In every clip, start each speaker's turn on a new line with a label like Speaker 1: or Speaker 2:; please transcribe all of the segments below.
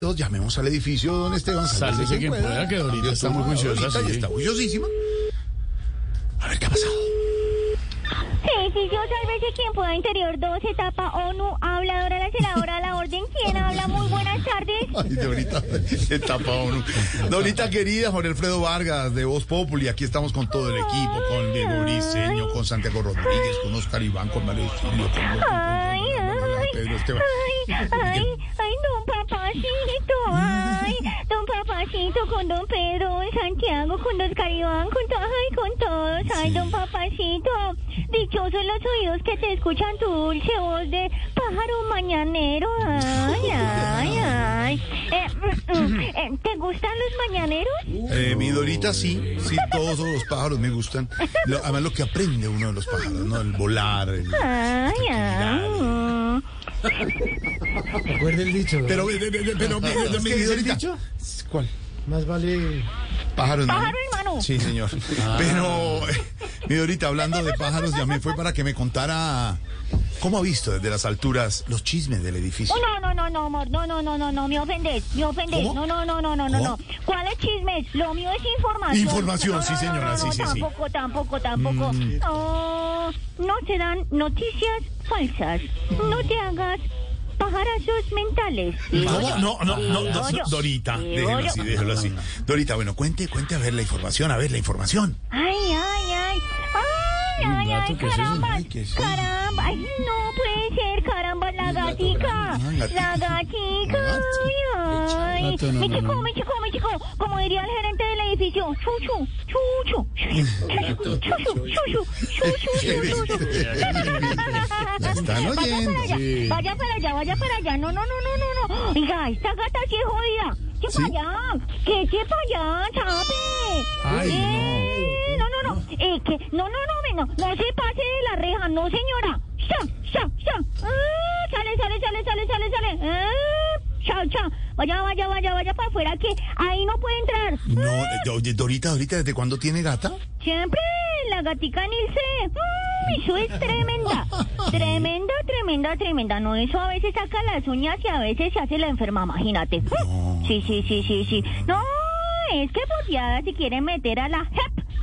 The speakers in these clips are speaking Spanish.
Speaker 1: Entonces, llamemos al edificio, don Esteban.
Speaker 2: Sálvese quien pueda, que ahorita está muy juiciosas,
Speaker 1: Y
Speaker 2: sí.
Speaker 1: está juiciosísima. A ver qué ha pasado.
Speaker 3: Edificio Sálvese quien pueda, interior 2, etapa ONU, habladora, la senadora, la orden, quien habla, muy buenas tardes.
Speaker 1: Ay, Dorita, se tapa uno. Dorita querida, Juan Alfredo Vargas de Voz Populi. Aquí estamos con todo el equipo, con Diego Briseño, con Santiago Rodríguez, con Oscar Iván, con Mario Silvio, con, con- con-
Speaker 3: Ay, ay,
Speaker 1: con Pedro Esteban.
Speaker 3: ay, ay, ay, don papacito, ay, don papacito, con don Pedro, don Santiago, con don Caribán, con todos, ay, con todos, ay, don papacito, dichosos los oídos que te escuchan tu dulce voz de pájaro mañanero, ay, ay, ay. Eh, mm, mm, eh, ¿Te gustan los mañaneros?
Speaker 1: Eh, mi Dorita, sí, sí, todos los pájaros me gustan. Lo- además, lo que aprende uno de los pájaros, ¿no? El volar. el-
Speaker 3: Ay, ay.
Speaker 2: Recuerde el Pues dicho.
Speaker 1: Pero, eh, eh, eh, pero, mi- mi- mi Dorita. ¿Cuál?
Speaker 2: Más vale.
Speaker 1: Pájaro en
Speaker 3: Pájaro
Speaker 1: mano.
Speaker 3: en mano.
Speaker 1: Sí, señor. Pero, eh, mi Dorita, hablando de pájaros, llamé fue para que me contara cómo ha visto desde las alturas los chismes del edificio.
Speaker 3: Oh, no, no, no, no, amor, no, no, no, no, no, me ofendes, me ofendes,
Speaker 1: ¿Cómo?
Speaker 3: no, no, no, no, no, no, no.
Speaker 1: ¿Cómo?
Speaker 3: ¿Cuáles chismes? Lo mío es información.
Speaker 1: Información, sí, señora, sí, sí, Mm. sí.
Speaker 3: Tampoco, tampoco, tampoco. No, no te dan noticias falsas. No te hagas pajarazos mentales.
Speaker 1: ¿Cómo? Ah, No, no, no, no,
Speaker 3: Digo yo.
Speaker 1: Dorita,
Speaker 3: Digo
Speaker 1: déjelo
Speaker 3: yo.
Speaker 1: así, déjelo así. Dorita, bueno, cuente, cuente a ver la información, a ver la información.
Speaker 3: Ay, ay, ay. Ay, ay, ay,
Speaker 2: gato, ¿qué es eso?
Speaker 3: caramba.
Speaker 1: Ay, ¿qué es eso?
Speaker 3: Caramba. Ay, no puede ser, caramba, la gatica.
Speaker 1: grande. Ah,
Speaker 3: La
Speaker 1: gatica.
Speaker 3: gatica.
Speaker 1: Gato.
Speaker 3: Ay, ay.
Speaker 2: Gato, no,
Speaker 3: Me
Speaker 2: no,
Speaker 3: chico,
Speaker 2: no.
Speaker 3: me chico, me chico. Como diría el gerente del edificio, chuchu, chuchu. Chuchu, chuchu, chuchu, chuchu, chuchu.
Speaker 1: La están
Speaker 3: Vaya
Speaker 1: oyendo.
Speaker 3: para allá,
Speaker 2: Sí.
Speaker 3: vaya para allá, vaya para allá. No, no, no, no, no, no. Oiga, esta gata sí es jodida. ¿Qué
Speaker 1: ¿Sí?
Speaker 3: para allá? ¿Qué, qué para allá, chape?
Speaker 2: Ay,
Speaker 3: Eh, no. No, no, Eh, que, no, no, no, no, no se pase de la reja, no, señora. ¡Sha, sha, sha! Ah, sale, sale, sale, sale, sale, sale. Ah, ¡Sha, sha! Vaya, vaya, vaya, vaya para afuera, que ahí no puede entrar.
Speaker 1: No, eh, oye, Dorita, Dorita, ¿desde cuándo tiene gata?
Speaker 3: Siempre la gatica Nilce. Mm, eso es tremenda. Tremenda, tremenda, tremenda. No, eso a veces saca las uñas y a veces se hace la enferma, imagínate. Mm, Sí, sí, sí, sí, sí. No, es que boteada si quieren meter a la JEP,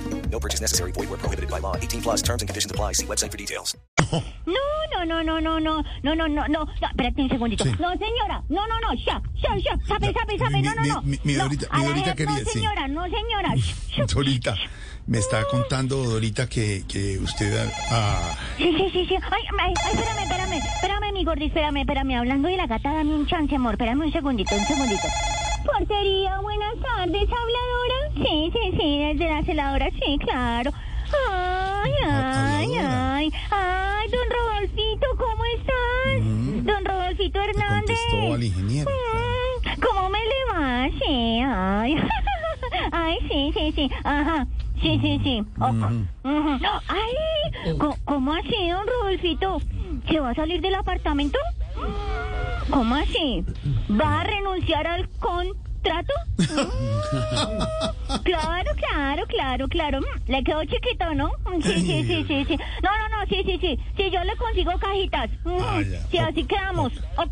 Speaker 4: No purchase necessary. Void where prohibited by law. 18 plus terms and conditions apply. See website for details.
Speaker 3: No, no, no, no, no, no, no, no, no, no. no, Espérate un segundito.
Speaker 1: Sí.
Speaker 3: No, señora. No, no, no. Ya, ya, ya.
Speaker 1: Ya,
Speaker 3: Sabe, sabe, sabe.
Speaker 1: mi-
Speaker 3: No, no,
Speaker 1: mi-
Speaker 3: no.
Speaker 1: mi- mi
Speaker 3: No,
Speaker 1: Dorita-
Speaker 3: a
Speaker 1: mi
Speaker 3: la
Speaker 1: Dorita
Speaker 3: JEP,
Speaker 1: querida,
Speaker 3: No,
Speaker 1: sí.
Speaker 3: señora, no, señora. Sh, sh, sh.
Speaker 1: Dorita, me está contando Dorita que, que usted ah,
Speaker 3: Sí, sí, sí, sí. Ay, ay, ay, espérame, espérame, espérame, mi gordi, espérame, espérame. Hablando de la gata, dame un chance, amor. Espérame un segundito, un segundito. Portería, buenas tardes, habladora. Sí, sí, sí, desde la celadora, sí, claro. Ay, ay,
Speaker 1: Ah, habladora.
Speaker 3: ay. Ay, don Rodolfito, ¿cómo estás? Don Rodolfito
Speaker 1: le
Speaker 3: Hernández.
Speaker 1: Mm. contestó al ingeniero.
Speaker 3: Mm, ¿Cómo me le va? Sí, ay. Ay, sí, sí, sí. Ajá. Sí, sí,
Speaker 1: Mm.
Speaker 3: sí. O- ujú. Ay, co- ¿cómo así, don Rodolfito? ¿Se va a salir del apartamento? ¿Cómo así? ¿Va a renunciar al contrato? Claro, claro, claro, claro. Mm, Le quedó chiquito, ¿no? Mm, Sí, sí, sí, sí, sí. No, no, no, sí, sí, sí. Sí, yo le consigo cajitas. Mm,
Speaker 1: Ah, ya.
Speaker 3: Sí, así quedamos. Ok,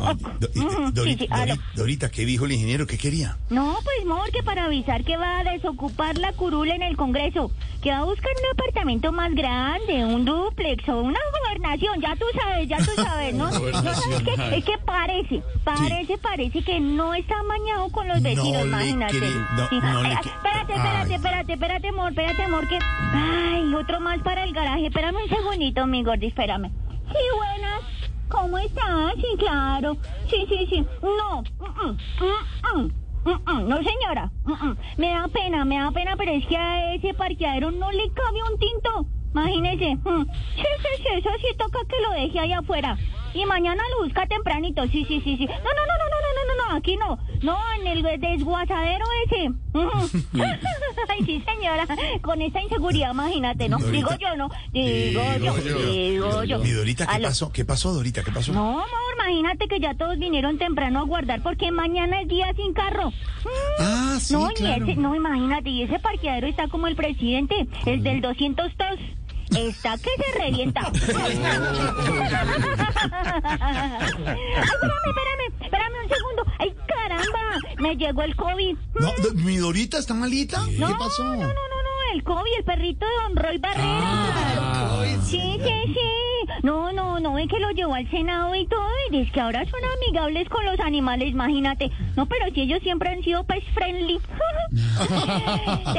Speaker 1: Ah,
Speaker 3: ok.
Speaker 1: Do- y-
Speaker 3: Ujú, Mm, sí, ah,
Speaker 1: Dorita,
Speaker 3: sí, aló.
Speaker 1: Dori- Dorita, ¿qué dijo el ingeniero? ¿Qué quería?
Speaker 3: No, pues mejor que para avisar que va a desocupar la curula en el Congreso, que va a buscar un apartamento más grande, un duplex o una gobernación, ya tú sabes, ya tú sabes, ¿no? No, no, es, que, es que parece, parece, parece que no está amañado con los vecinos. no,
Speaker 1: No le
Speaker 3: imagínate.
Speaker 1: creo, no,
Speaker 3: Sí.
Speaker 1: no le
Speaker 3: Ay,
Speaker 1: creo.
Speaker 3: Espérate,
Speaker 1: Ay.
Speaker 3: espérate, espérate, espérate, amor, espérate, amor, que... Ay, otro más para el garaje. Espérame un segundito, mi gordi, espérame. Sí, buenas. ¿Cómo estás? Sí, claro. Sí, sí, sí. No. Mm, mm, mm, mm, mm, mm. No, señora. Mm, mm. Me da pena, me da pena, pero es que a ese parqueadero no le cabe un tinto. Imagínese. Mm. Sí, sí, sí, eso sí toca que lo deje ahí afuera. Y mañana lo busca tempranito. Sí, sí, sí, sí. No, no, no, no, no, no, no, no, no, aquí no. No, en el desguazadero ese. Ujú. Ay, sí, señora. Con esta inseguridad, imagínate, ¿no?
Speaker 1: Dorita.
Speaker 3: Digo yo, ¿no? Digo, yo, digo yo.
Speaker 1: Mi Dorita, ¿qué
Speaker 3: Aló.
Speaker 1: pasó? ¿Qué pasó, Dorita? ¿Qué pasó?
Speaker 3: Ah, No, amor, imagínate que ya todos vinieron temprano a guardar porque mañana es día sin carro. Mm.
Speaker 1: Ah, sí,
Speaker 3: no, y
Speaker 1: claro.
Speaker 3: ese- no, imagínate, y ese parqueadero está como el presidente, el del 202. Está que se revienta. Ay,
Speaker 1: Oh.
Speaker 3: espérame, espérame, espérame un segundo. Ay, caramba, me llegó el COVID.
Speaker 1: No, do- mi Dorita está malita. ¿Qué
Speaker 3: No,
Speaker 1: pasó?
Speaker 3: No, no, no, no, el Kobe, el perrito de Don Roy Barrera.
Speaker 1: Ah,
Speaker 3: Sí, sí, sí. No, no, no, es que lo llevó al Senado y todo, y es que ahora son amigables con los animales, imagínate. No, pero si ellos siempre han sido pet friendly. te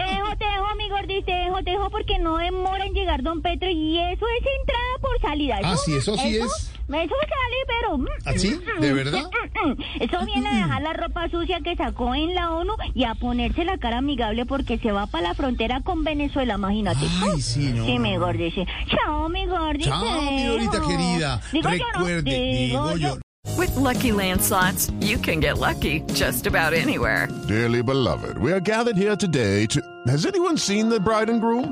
Speaker 3: dejo, te dejo, mi gordis, te dejo, te dejo, porque no demora en llegar Don Petro, y eso es entrada por salida.
Speaker 1: Ah, sí, eso sí es.
Speaker 3: Eso sale, pero... mm,
Speaker 1: ¿Ah, sí? ¿De verdad?
Speaker 3: eso viene a dejar la ropa sucia que sacó en la ONU y a ponerse la cara amigable porque se va para la frontera con Venezuela, imagínate.
Speaker 1: Ay, sí, no.
Speaker 3: Sí, mi gordi, sí. Chao, mi gordi.
Speaker 1: Chao,
Speaker 3: te
Speaker 1: mi Dorita
Speaker 3: dejo.
Speaker 1: querida.
Speaker 3: Digo yo, ¿no?
Speaker 1: Recuerde, digo yo.
Speaker 5: With Lucky Land slots, you can get lucky just about anywhere.
Speaker 6: Dearly beloved, we are gathered here today to. Has anyone seen the bride and groom?